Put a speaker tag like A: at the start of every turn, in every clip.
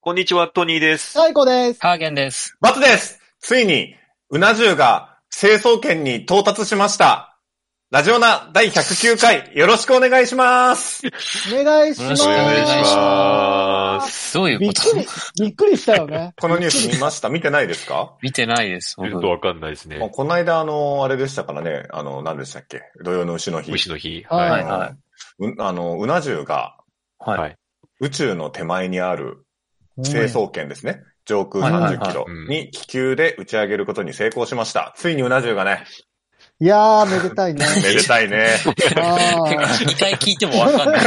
A: こんにちは、トニーです。
B: 最高です。
C: カーゲンです。
D: バツですついに、うな重が成層圏に到達しました。ラジオナ第109回、よろしくお願いします
B: お願いします。
C: よろしくお願いし
A: ま
C: どういう
B: び
C: こ
B: っ
C: と
B: くり、びっくりしたよね。
D: このニュース見ました見てないですか
C: 見てないです、
A: ちょ
C: 僕
A: っと。わかんないです
D: もう
A: ね。
D: この間、あの、あれでしたからね、あの、何でしたっけ土曜の牛の日。
A: 虫の日。
B: はい
C: は
D: はいい
C: は
D: うあの、うな重が
C: はい。
D: 宇宙の手前にある成
B: 清掃
D: 層圏ですね。上空
C: はい
D: 30キロ
A: はいはい
D: に気球で打ち上げることに成功しました。ついにうな重がね、
B: いやー、めで たいね。
D: めでたいね。
B: あー
C: 一回聞いてもわか んない。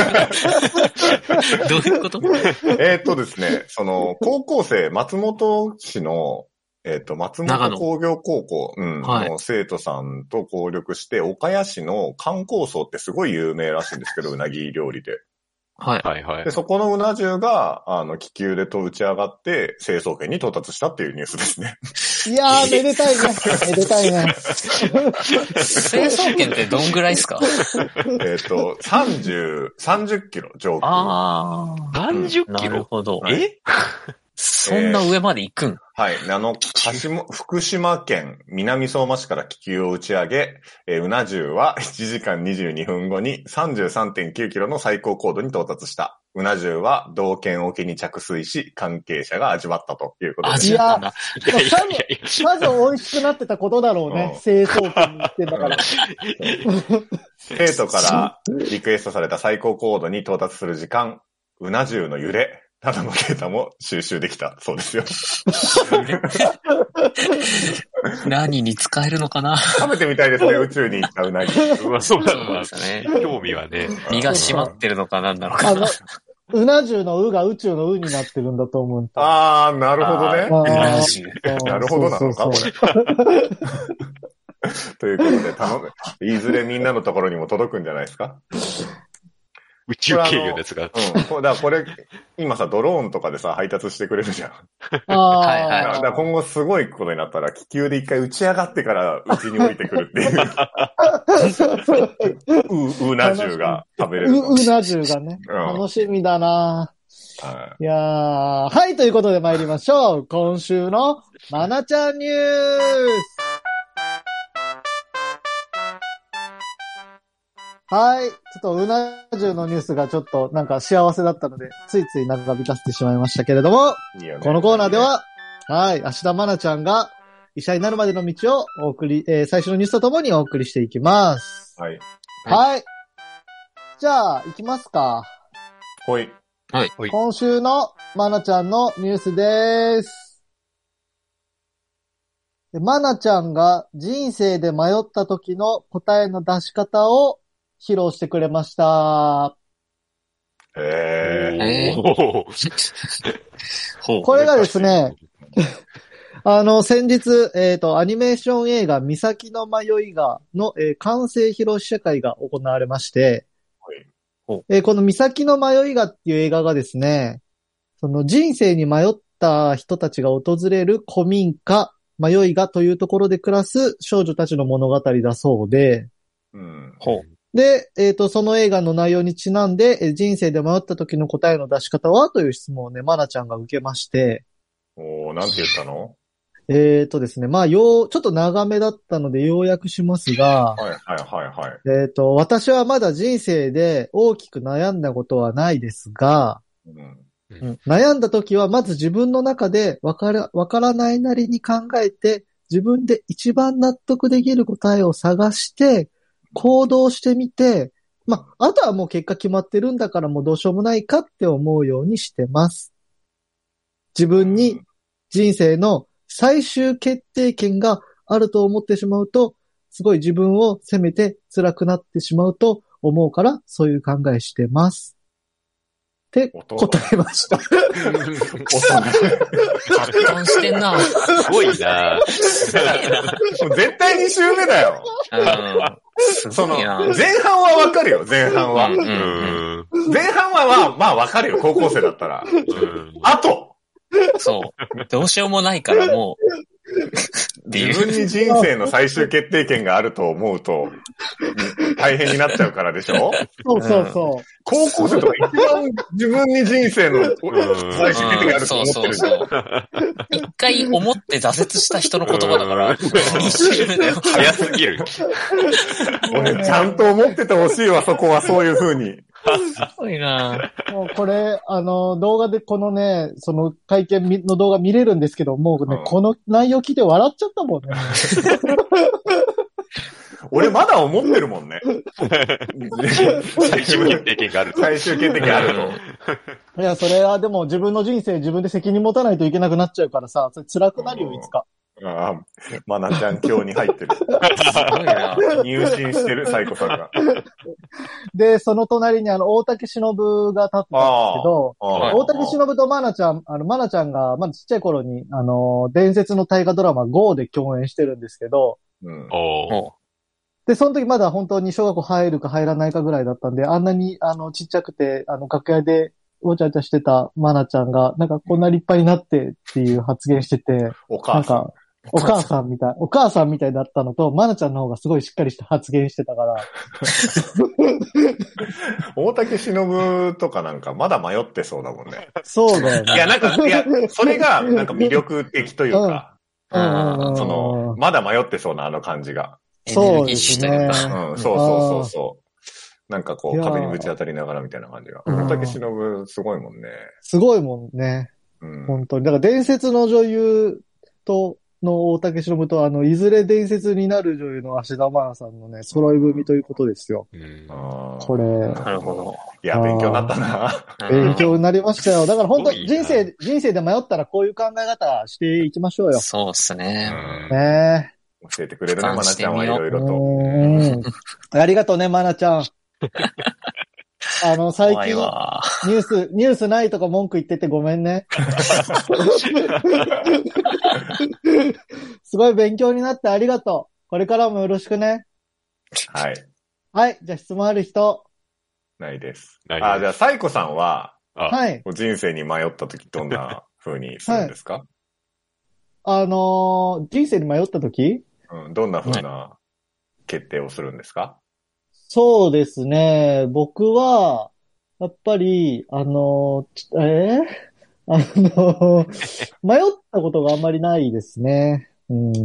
C: どういうこと
D: えーっとですね、その、高校生、松本市の、えーっと、松
C: 長
D: 本
C: 野
D: 工業高校、うん
C: はい
D: の生徒さんと協力して、岡谷市の観光層ってすごい有名らしいんですけど、う なぎ料理で。
C: はい。
A: はいはい
D: で、。そこのうな重が、あの、気球でと打ち上がって、成層圏に到達したっていうニュースですね。
B: いやー、めでたいね。めでたいね。
C: 清掃権ってどんぐらいですか
D: えーっと、30、30キロ上空。
C: あ
A: 30
C: な
A: キ
C: る
A: ロ
C: ほど。
D: え
C: そんな上まで行くん
D: はい。あの、鹿島福島県南相馬市から気球を打ち上げ、えーうな重は1時間22分後に33.9キロの最高高度に到達した。うな重は道県沖に着水し、関係者が味わったということで
C: 味
D: す。
B: わっ
C: なんだ。
A: いやいやいやい
B: まず美味しくなってたことだろう
D: う
B: ね
D: ん。
B: 清掃機に行ってんだから。
D: 生徒からリクエストされた最高高度に到達する時間、うな重の揺れなどのデータも収集できたそ うですよ。
C: 何に使えるのかな
D: 食べてみたいですね、宇宙に行ったう なぎ。
A: や。うわ、 そうだ
C: そう
A: な
C: で。すね。
A: 興味はね。
C: 身が締まってるのかなんだろうか
B: あ。の、うな重のうが宇宙のうになってるんだと思う。
D: あー、なるほど
B: あ
D: ね。
B: ー
C: ランジュ
B: うん
D: なるほどなのか、
B: そう
D: こ
B: そうそう
D: れ。ということで、頼む。いずれみんなのところにも届くんじゃないですか
A: 宇宙経由のやつが。
D: うん。こだからこれ、今さ、ドローンとかでさ、配達してくれるじゃん。
C: はい
B: あ
C: はい
D: だからだから
B: ー
D: 今後すごいことになったら、気球で一回打ち上がってから、うちに降りてくるっ ていう、う、うな重が食べれるの。
B: う、うな重がね。
D: うん
B: 楽しみだなー
D: はい
B: やー、はい、ということで参りましょう。今週の、まなちゃんニュースはい、ちょっとうな重のニュースがちょっとなんか幸せだったので、ついつい長引かせてしまいましたけれども、
D: いいよね
B: このコーナーで、は、はい、芦田愛菜ちゃんが医者になるまでの道をお送り、えー最初のニュースとともにお送りしていきます。
D: はい。
B: はい。じゃあ、行きますか。
D: ほい。
C: はい。
B: 今週のまなちゃんのニュースです。でまなちゃんが人生で迷った時の答えの出し方を披露してくれました。
D: えー。
C: えー
A: おー
C: ほう。
B: これがですね、あの、先日、えっ、と、アニメーション映画、三崎の迷いが、の、えー完成披露試写会が行われまして
D: はい、
C: ほ
B: えーこの三崎の迷いがっていう映画がですね、その人生に迷った人たちが訪れる古民家、迷いがというところで暮らす少女たちの物語だそうで、
D: うん。
C: ほ
B: で、えっ、と、その映画の内容にちなんで、えー人生で迷った時の答えの出し方はという質問をね、まなちゃんが受けまして、
D: おー、なんて言ったの
B: えーとですね、まあ、よう、ちょっと長めだったので要約しますが、
D: はい、はい、はい、はい。
B: えーと、私はまだ人生で大きく悩んだことはないですが、
D: うん
B: 悩んだ時はまず自分の中でわから、わからないなりに考えて、自分で一番納得できる答えを探して、行動してみて、まあ、あとはもう結果決まってるんだからもうどうしようもないかって思うようにしてます。自分に人生の最終決定権があると思ってしまうと、すごい自分を責めて辛くなってしまうと思うから、そういう考えしてます。って答えました。
C: う。発音してんな。うん。
A: すごいな
D: もう絶対2週目だよ。
C: す
D: その、
C: ごい
D: 前
C: な。
D: 半はわかるよ、前半は。
C: うん
A: うん。
D: 前半はまあ、まあわかるよ、高校生だったら。
A: うん
D: あと、
C: そう。どうしようもないからもう、ていう
D: 自分に人生の最終決定権があると思うと、うん大変になっちゃうからでしょ
B: そうそうそう。
D: 高校生とか一番自分に人生の最終決定権あると
C: そう
D: 思って
C: そう
D: るじゃん
C: そう。一回思って挫折した人の言葉だから、一周目だよ。
A: 早すぎる。
D: 俺ちゃんと思っててほしいわ、そこはそういう風に。
C: すごいな
B: もうこれ、あの、動画でこのね、その会見の動画見れるんですけど、もうね、
D: うん
B: この内容聞いて笑っちゃったもんね。
D: 俺まだ思ってるもんね。
A: 最終決定権があると。
D: 最終決定権あると。
B: いや、それはでも自分の人生自分で責任持たないといけなくなっちゃうからさ、それ辛くなるよ、いつか。
D: ああ、まなちゃん教に入ってる。
C: すごいな
D: 入信してる、サイコさんが。
B: で、その隣にあの、大竹忍が立ったんですけど、
A: あ
B: 大竹忍とマナちゃん、あの、マナちゃんが、まだちっちゃい頃に、あの、伝説の大河ドラマ GO で共演してるんですけど、
D: うん
A: おー
C: も
B: で、その時まだ本当に小学校入るか入らないかぐらいだったんで、あんなに、あの、ちっちゃくて、あの、楽屋で、おちゃおちゃしてたマナちゃんが、なんかこんな立派になってっていう発言してて、
D: お
B: な
D: 母
B: ん
D: さん。
B: か、お母さんみたい、お母さんみたいだったのと、マナちゃんの方がすごいしっかりした発言してたから、
D: 大竹しのぶとかなんかまだ迷ってそうだもんね。
B: そうだよね。
D: いや、なんか、いや、それがなんか魅力的というか、
B: うんうんうん
D: その、まだ迷ってそうなあの感じが。
C: うエネ
B: そ
C: ル
B: う
C: ギ
B: で
C: ッシ
B: す
C: ュという
B: ね
C: か。。
D: うん、そうそうそうそう。なんかこ
B: いうやー
D: 壁にぶち当たりながらみたいな感じが。
B: うん
D: 大竹しのぶすごいもんね。
B: すごいもんね。
D: うん。
B: 本当に。だから伝説の女優と、の大竹しのぶと、あの、いずれ伝説になる女優の芦田愛菜さんのね、揃い踏みということですよ。
A: うん
D: あー
B: これ
C: なるほど。
D: いや、勉強になったな。
B: 勉強になりましたよ。だから本当、
A: すごいな
B: 人生、人生で迷ったらこういう考え方していきましょうよ。
C: そうっすね。
A: うん
B: ね
D: 教えてくれる
C: 俯
D: な、
C: 瞰
D: まなちゃんはいろい
B: え。
D: ろと。
B: うん。ありがとうね、まなち ゃん。あの、最
C: 怖い
B: 近、
C: わ。
B: ニュース、ニュースないとか文句言っててごめんね。すごい勉強になってありがとう。これからもよろしくね。
D: はい。
B: はい、じゃあ質問ある人。
D: ないです。
A: ないです
D: あ、じゃあ、サイコさんは、
A: あ、
B: はい。
D: 人生に迷った時どんな風にするんですか、
B: あのー人生に迷った時
D: うん、どんな風な決定をするんですか、
B: そうですね。僕は、やっぱり、あのーちえーあのー 迷ったことがあんまりないですね。うん。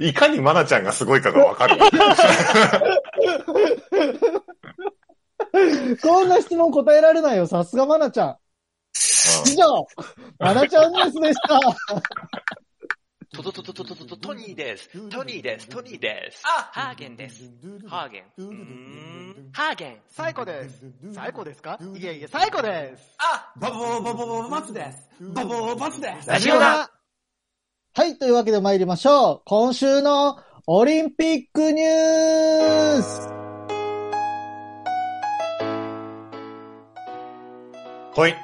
D: い、かにマナちゃんがすごいかがわかる。
B: こんな質問答えられないよ。さすがまなちゃん。以上、まなちゃんニュースでした。
E: トトトトトトトトトニーです。トニーです。トニーです。
F: あハーゲンです。ハーゲン。うーんハーゲン。
G: 最高です。最高ですかいえいえ、最高です。
F: あバボーバボーバボバツです。バボーバツです。
E: ラジオだ
B: はい、というわけで参りましょう。今週のオリンピックニュース
D: ほい。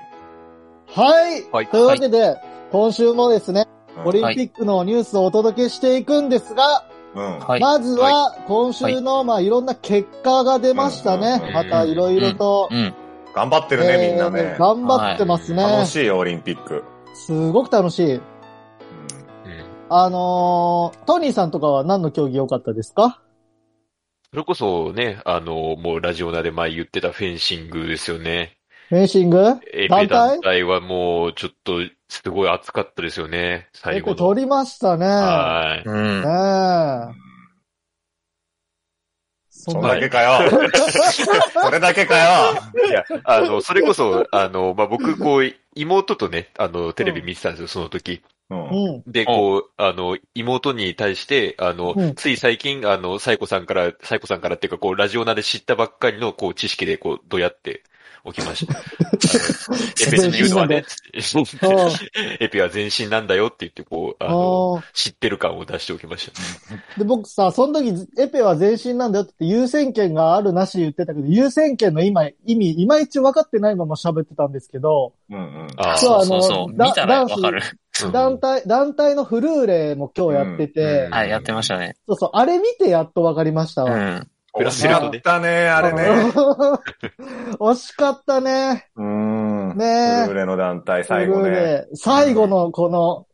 B: はい、
C: はい
B: というわけで、今週もですね、
D: うん
B: オリンピックのニュースをお届けしていくんですが、
D: うん。
C: はい。
B: まずは、今週の、まあ、いろんな結果が出ましたね。
D: うん
B: また、いろいろと
C: う。ん。
D: 頑張ってるね、みんな
B: え
D: ね
B: ー。頑張ってますね。
D: 楽しいよオリンピック。
B: すごく楽しい。
D: う
A: うん
B: あのートニーさんとかは何の競技良かったですか
A: それこそね、あの、もうラジオナで前言ってたフェンシングですよね。
B: フェンシング
A: エペ
B: 団体
A: 団体はもうちょっとすごい熱かったですよね、最
B: 結
A: 後
B: 構
A: の。
B: 取りましたね。
A: はい。
C: うん
B: ね。え。そ
D: そ
B: ん
D: ん
B: な、
D: だけかよ。 それだけかよ。
A: いや、あの、それこそ、あの、まあ、僕、こう、妹とね、あの、テレビ見てたんですよ、その時。
D: うん
B: うん。
A: で、こう、あの、妹に対して、あの、
B: うん
A: つい最近、あの、サイコさんから、サイコさんからっていうか、こう、ラジオナで知ったばっかりの、こう、知識で、こう、どうやって起きました。あ のエペっていうのはね、
B: そう。
A: エペは全身なんだよって言って、こう、あの、
B: あー
A: 知ってる感を出しておきました。
B: で、僕さ、その時、エペは全身なんだよって言って優先権があるなし言ってたけど、優先権の今、意味、いまいち分かってないまま喋ってたんですけど、
D: うんうん。
A: あ
B: そ
A: ー
B: うあの
C: そうそう。
B: だ
C: 見たらわかる。
A: うん
B: 団体、団体のフルーレも今日やってて、
A: うん
C: はい、やってましたね。
B: そうそう、あれ見てやっと分かりました
C: う
B: わ。
C: ん。
D: 惜しかったね、あれね。
B: 惜しかったね。
D: うん。
B: ねえ
D: フルーレの団体最後ね。
B: 最後のこの、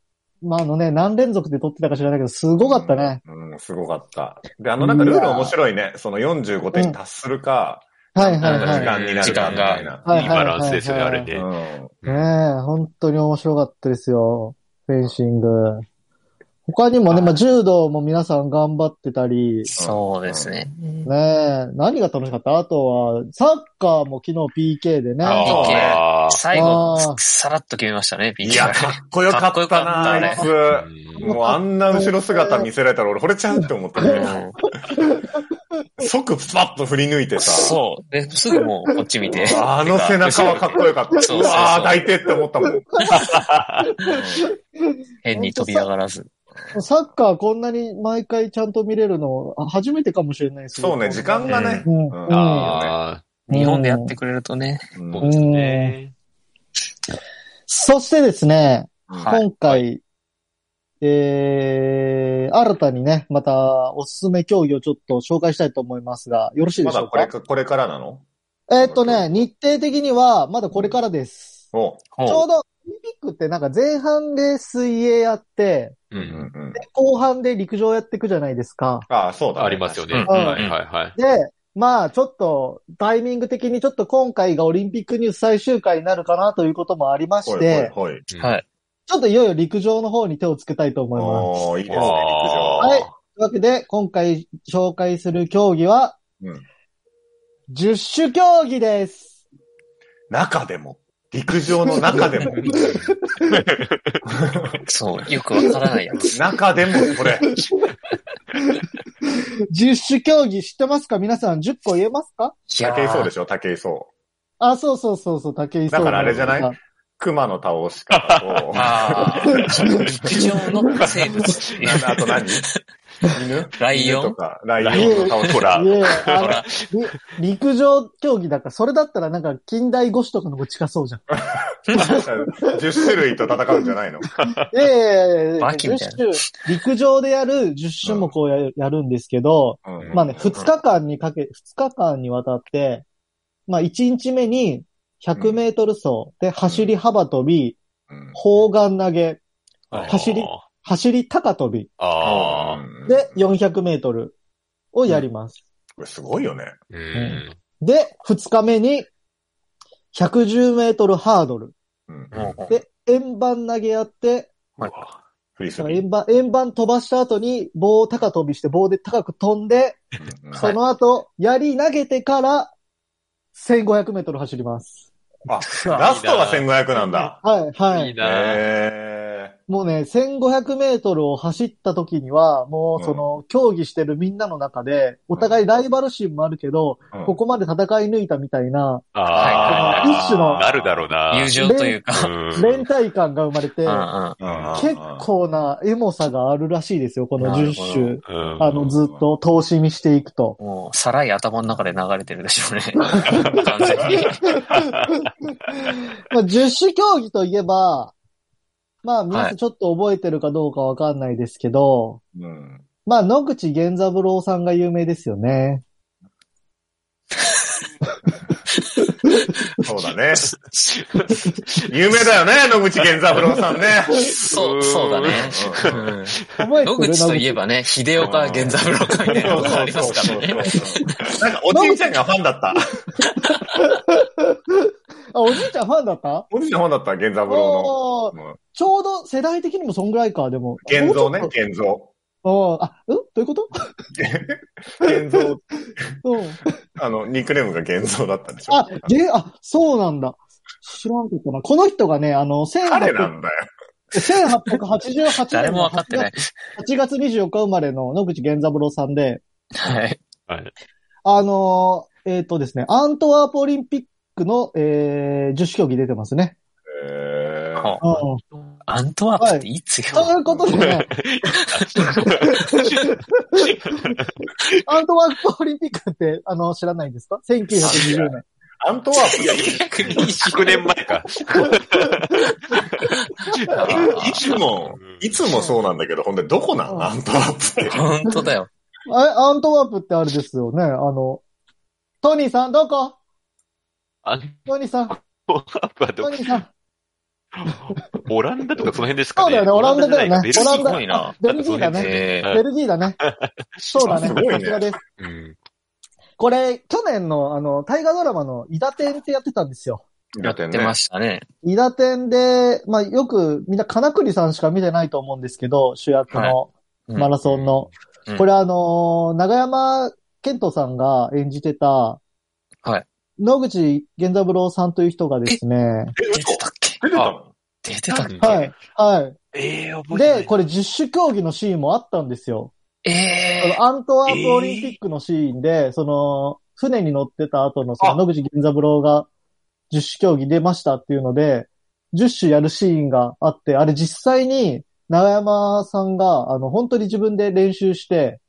B: まああのね、何連続で撮ってたか知らないけど、すごかったね。
D: うん、すごかった。で、あのなんかルール面白いね。その45点に達するか、
B: はいはい
D: なんか
B: は
D: 時
B: い。
D: 間になるかみたいな。
B: はい
A: いいバランスですよね、
B: は
A: あ
B: いはい
A: れ
B: はい
A: ね。
D: う
B: ね
D: ん
B: え、本当に面白かったですよ。フェンシング。他にもね、まあ、柔道も皆さん頑張ってたり、
C: そうですね。
B: ねえ、何が楽しかったあとは、サッカーも昨日 PK でね。
C: あー
A: あ
C: 最
B: あ
C: 後
B: ー、
C: さらっと決めましたね、ピン
D: い
C: チ
D: や、かっこよか
C: かっこ
D: っ
C: よ
D: た
C: か
D: な、
C: った
D: あ
C: ね
D: いつ。
A: ー
D: もうあんな後ろ姿見せられたら俺惚れちゃうって思ったね。即パッと振り抜いてさ。
C: そう。で、すぐもうこっち見て。
D: あの背中はかっこよかった。
C: そううそうそう
D: わー、抱いてって思ったもん。
C: 変に飛び上がらず。
B: サッカーこんなに毎回ちゃんと見れるの、あ初めてかもしれないですよ
D: そうね、時間がね。
B: うん
D: うん
B: うん
A: あ
B: うん
C: 日本でやってくれるとね。
D: うん
A: ー、そうですね。
B: そしてですね、
C: はい
B: 今回、えー、新たにね、またおすすめ競技をちょっと紹介したいと思いますが、よろしいで
D: ま
B: し
D: だ
B: ょう
D: こ
B: か
D: れか、これからなの
B: えーっとね、日程的にはまだこれからです。
D: お
B: ちょうど、オリンピックってなんか前半で水泳やって、
A: う
D: うん
A: ん。
D: うん。
B: で後半で陸上やっていくじゃないですか。
D: ああ、そうだね。
A: ありますよね。
C: うん
A: はいはいはい。
B: で、まあちょっとタイミング的にちょっと今回がオリンピックニュース最終回になるかなということもありまし
D: ほいほい
B: て、
D: ほい。
C: はい。
B: ちょっといよいよ陸上の方に手をつけたいと思います。
D: おー、いいですね、陸上。
A: あ
B: はい。というわけで、今回紹介する競技は、
D: うん
B: 十種競技です。
D: 中でも。陸上の中でも。
C: そう。よくわからないやつ。
D: 中でも、これ。
B: 十種競技知ってますか皆さん10個言えますか
C: いや
D: 竹井そうで
C: し
D: しょ竹井壮。
B: あ、そうそうそうそう、竹井壮
D: だからあれじゃない熊の倒し方と、
C: ああ。 陸上の生物。
D: なんだあと何犬
C: ライオン
D: 犬とか、ライオンの倒し
A: ほ
D: 方
A: ら
B: い。やいやあ
C: ほ
B: の
C: ら、
B: り陸上競技だから、それだったらなんか近代五種とかの方が近そう じゃん。
D: 10種類と戦うんじゃないの
B: いやいやいやいや
C: バキみたいな
B: 10種陸上でやる10種目をや,、やるんですけど、
D: うん
B: まあね、2日間にかけ、2日間にわたって、まあ1日目に100メートル走、で、走り幅跳び、
D: うん
B: 砲丸投げ、走り
A: あ
B: 走り高跳び、
A: ーあ
B: で、400メートルをやります。
D: これすごいよね。
A: ー。うん。
B: で、2日目に110メートルハードル、
D: うん
C: もう
B: で、円盤投げやって、
D: フリースビー。
B: 円盤、円盤飛ばした後に棒を高飛びして棒で高く飛んで、
D: うんうん
C: はい
B: その後、槍投げてから、1500メートル走ります。
D: あ、ラストが1500なんだ。
B: はい、はい
A: い
B: い。
A: なぁ
D: へ
B: もうね、1500メートルを走った時には、もうその、競技してるみんなの中で、お互いライバル心もあるけど、
D: ーうん
B: ここまで戦い抜いたみたいな、
A: あ
B: はい
A: ー。
B: 一種の
A: なるだろうな
C: 友情というか。
A: うん
B: 連帯感が生まれて
C: う、んうん。
D: うん
B: 結構なエモさがあるらしいですよ、この10
D: な
B: 種。
A: うん
B: あの、ずっと投資見していくと。
C: もう、さらい頭の中で流れてるでしょうね。 完全に。
B: まあ、十種競技といえば、まあ、皆
C: は
B: さん
C: い
B: ちょっと覚えてるかどうかわかんないですけど、
D: うん
B: まあ、野口源三郎さんが有名ですよね。
D: そうだね。 有名だよね、野口健三郎さんね。
C: そう、そうだね。うん
B: 覚えて
C: 野
B: る
C: 口といえばね、秀岡源三郎かみたいなことがありますからね。
D: なんか、おじいちゃんがファンだった。
B: あ、おじいちゃんファンだった
D: おじいちゃんファンだった、源三郎
B: おー
D: の。うん
B: ちょうど世代的にもそんぐらいか、でも。
D: 源三ね
B: もう、ち
D: 源三。
B: ょっとうんあ、うんどういうこと
D: 源三、
B: うん。
D: あの、ニックネームが源三だったんでしょ
B: あ、げ、あ、そうなんだ。知らんかったな。この人がね、あの、
D: 彼
B: 1800
D: なんだよ。
B: 1888
C: 誰
B: 年
C: も
B: の
C: 分かってない。
B: 8月24日生まれの野口源三郎さんで、
C: はい。
B: あのーえっ、とですね、アントワープオリンピックの、えー、十種競技出てますね。
D: へー
C: ほう
B: うん。
C: アントワープっていつよ
B: ということでね、アントワークオリンピックって、あの、知らないんですか ?1920 年。
D: アントワープだよ。
A: 100年前か。
D: いつも、いつもそうなんだけど、ほんで、どこなんアントワープって。
C: 本当だよ。
B: あれ、アントワープってあれですよね。あの、トニーさんどこ
A: アン
B: トニーさん、
A: トワープはど
B: ト
A: こ
B: ニーさん。
A: オランダとかその辺です
B: そ
A: か
B: う
A: ね。
B: だよね、オランダだよ
A: ベ
B: ね
A: ル。ギ
B: オ
A: ー
B: ラ
A: か
B: ン
C: す
B: ダ
C: ごいな。
B: ベルギーだね。
C: えー
B: ベルギーだね。そうだね。
D: すごいね
B: さすがです。
A: うん。
B: これ、去年の、あの、大河ドラマの、伊達天ってやってたんですよ。
C: や
D: だ
C: っ
D: って
C: て
D: ね
C: ま。したね。
B: 伊達天で、まあ、よく、みんな、金栗さんしか見てないと思うんですけど、主役の
C: うん
B: マラソンの。
C: うん
B: これ、あのー長山健人さんが演じてた、
C: はい
B: 野口源三郎さんという人がですね、
C: 出てたっけ
D: 出てたの
C: 出てたっけ
B: はい、は
A: ええ
B: い。
A: 覚えてない。
B: で、これ、十種競技のシーンもあったんですよ。あ
C: ええ
B: のアントワープオリンピックのシーンで、その、船に乗ってた後の、その、
D: あ
B: 野口源三郎が、十種競技出ましたっていうので、十種やるシーンがあって、あれ実際に、長山さんが、あの、本当に自分で練習して、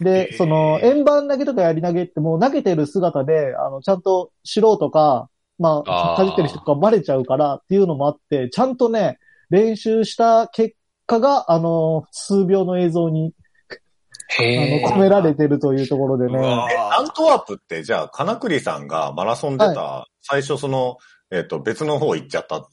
B: で、
A: へー
B: その、円盤投げとかやり投げってもう投げてる姿で、あの、ちゃんと素人か、ま
A: あ
B: あ、
A: ー
B: かじってる人とかバレちゃうからっていうのもあって、ちゃんとね、練習した結果が、あの、数秒の映像に
C: へ
B: あの、込められてるというところで
A: うわ
B: ね。
D: え、アントワープって、じゃあ、金栗さんがマラソン出た、最初その、えっ、と、別の方行っちゃった。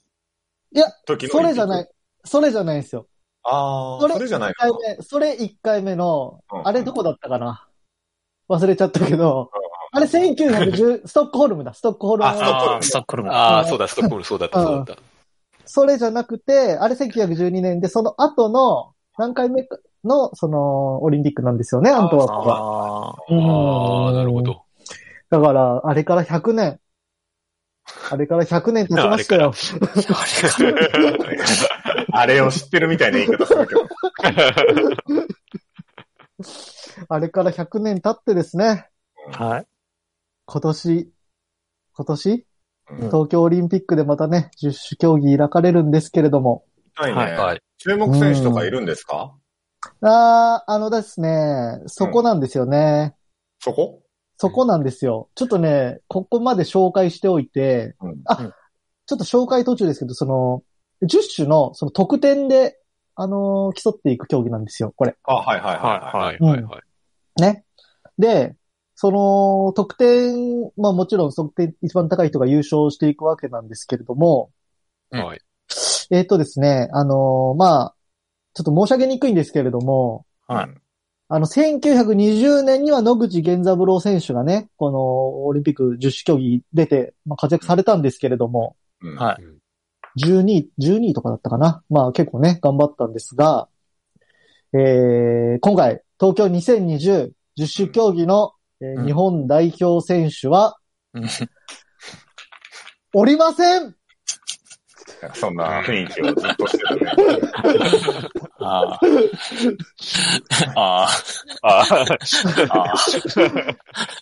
B: いや、
D: 時の。。
B: それじゃないい。それじゃないんですよ。
D: ああ、
B: それ
D: それじゃない
B: 一回目、それ1回目の
D: う、ん
B: あれどこだったかな忘れちゃったけど、あれ1910、ストッ クホルムだ、ストックホルム
D: あ。ストックホルム
C: ーストックホルム。
A: ああ、そうだ、ストックホルムそうだった、そうだった。
B: それじゃなくて、あれ1912年で、その後の、何回目かの、その、オリンピックなんですよね、アントワープは。
C: あー
A: ああ、なるほど。
B: だから、あれから100年。あれから100年経ちましたよ。
C: あれか。
D: あれを知ってるみたいな言い方するけど。
B: あれから100年経ってですね、
C: はい。
B: 今年、今年
D: うん
B: 東京オリンピックでまたね、十種競技開かれるんですけれども。
D: はいね、
A: はい。
D: 注目選手とかいるんですか、
B: あーあのですね、そこなんですよね。
D: そこ
B: そこなんですよ。ちょっとね、ここまで紹介しておいて、
D: うん
B: あ、
C: うん
B: ちょっと紹介途中ですけど、その、十種のその得点で、あのー競っていく競技なんですよ、これ。
D: あ、はいはいはい、はい。
A: はい、はい、はい。
B: ね。で、その、得点、まあもちろん得点一番高い人が優勝していくわけなんですけれども、
C: うん
A: はい。
B: えっ、とですね、あのーまあ、ちょっと申し上げにくいんですけれども、
C: はい
D: うん
B: あの、1920年には野口源三郎選手がね、このオリンピック十種競技出て、まあ、活躍されたんですけれども、
D: うん
C: はい
B: 12位、12位とかだったかな。まあ結構ね、頑張ったんですが、えー、今回、東京2020十種競技の、えー
C: うん
B: 日本代表選手は、
C: うん
B: おりません
D: そんな雰囲気をずっとしてたね。
C: あーあ
A: あ
C: ー。あ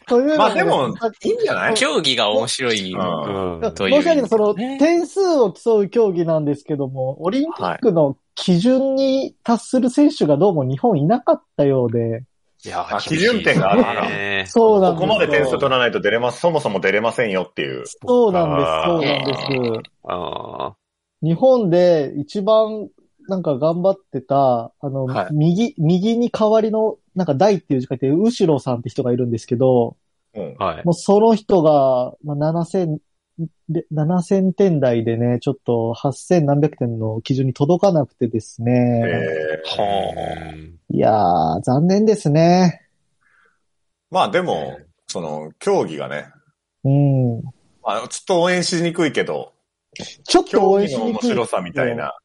B: というの
D: まあでも
B: ね、
D: いいんじゃない
C: ー競技が面白い。
D: うん
A: あ、
C: という
B: 申し上げたその、
C: ね
B: 点数を競う競技なんですけども、オリンピックの基準に達する選手がどうも日本いなかったようで、
A: いや
D: あ基準点があるから
A: ね
B: そうなん
D: こ
B: です
D: こ
B: よ
D: まで点数取らないと出れます、そもそも出れませんよっていう。
B: そうなんです、そうなんです。
A: あ
B: 日本で一番なんか頑張ってた、あの、
C: はい
B: 右、右に代わりの、なんか大っていう字書いて、後ろさんって人がいるんですけど、
D: うん
A: あ。はい。
B: もうその人が、まあ、7000で、7000点台でね、ちょっと8000何百点の基準に届かなくてですね。
D: えー
C: は
B: いやー、残念ですね。
D: まあでも、その、競技がね、
B: うん。
D: まあ、ちょっと応援しにくいけど、
B: ちょっと
D: 競
B: 応援
D: 技
B: し
D: の
B: に
D: 面
B: くい。
D: 白さみたいな。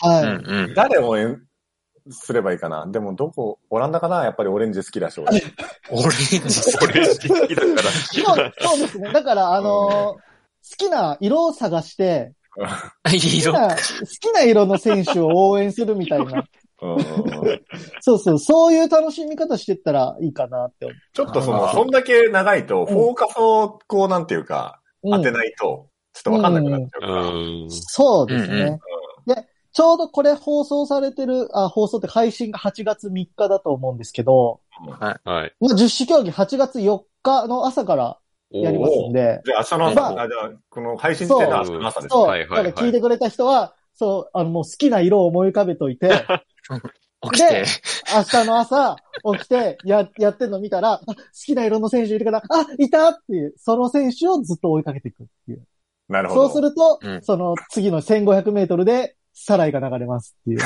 B: はい。
C: うんうん。
D: 誰応援すればいいかなでも、どこ、オランダかなやっぱりオレンジ好きだ し、俺
C: オレンジ好き
A: 俺好きだから。
B: そうそうですね。だから、あのー好きな色を探して、好き
C: 色。
B: な、好きな色の選手を応援するみたいな。
D: うんうんうん
B: そうそう、そういう楽しみ方してったらいいかなって思
D: ちょっとそ
C: あ
D: の、
C: ー
D: そんだけ長いと、
B: うん
D: フォーカスをこう、なんていうか、
B: う。
D: 当て
B: うん
D: ないと、ちょっとわかんなくなっちゃうから。
A: うん。
B: そうです
C: うん
B: ね。で、ちょうどこれ放送されてる、あ、放送って配信が8月3日だと思うんですけど、
A: はい。
B: まあ、10種競技8月4日の朝から
A: お
B: やりますんで、
D: じゃあ、明日の
B: ま
D: 朝、
A: あ
D: あじゃあこの配信時点の明日の朝ですね。
B: そ
A: は
B: う。だ
A: い
B: か
A: はいはい
B: ら聞いてくれた人は、そう、あの、もう好きな色を思い浮かべといて、
C: 起きて。
B: 明日の朝起きて、や、やってんの見たら、あ好きな色の選手いるから、あ、いたっていう、その選手をずっと追いかけていくっていう。
D: なるほ
B: そ
D: ど。
B: うすると、
A: うん
B: その次の1500メートルで、サライが流れます っていう。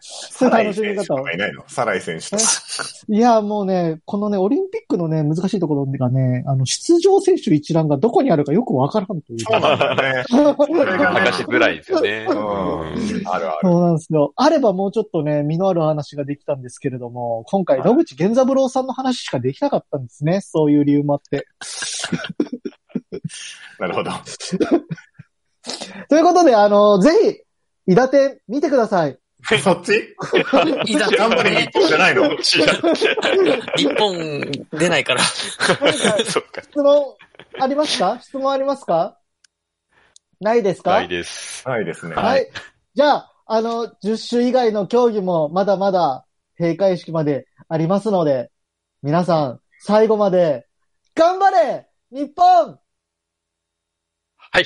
B: そういう楽しみ方を
D: サライ選手と。かいないのサライ選手とか。
B: いや、もうね、このね、オリンピックのね、難しいところがね、あの、出場選手一覧がどこにあるかよくわからんという。
D: そうなんだよね。
A: 探しづらいですよね。
D: うん。あるある。
B: そうなんですよ。あればもうちょっとね、身のある話ができたんですけれども、今回野口源三郎さんの話しかできなかったんですね。そういう理由もあって。
D: なるほど。
B: ということで、あの、ぜひ、伊達店見てください。
D: えそっ ち
C: いざ
D: ガンブリング一本じゃないの
A: 知らん
C: 日本出ないから。
A: そうか。
B: 質問ありますか質問ありますかないですか
A: ないです。
D: ないですね。
B: はい。じゃあ、あの、10種以外の競技もまだまだ閉会式までありますので、皆さん、最後まで、頑張れ日本
A: はい。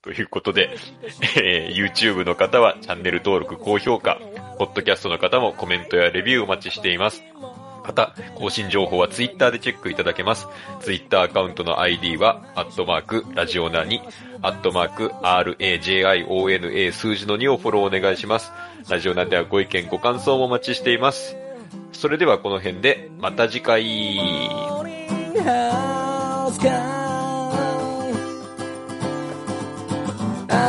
A: ということで、 えー YouTube の方はチャンネル登録、高評価、Podcast の方もコメントやレビューお待ちしています。また、更新情報は Twitter でチェックいただけます。Twitter アカウントの ID は、アットマーク、ラジオナに、アットマーク、RAJIONA 数字の2をフォローお願いします。ラジオナではご意見、ご感想もお待ちしています。それではこの辺で、また次回。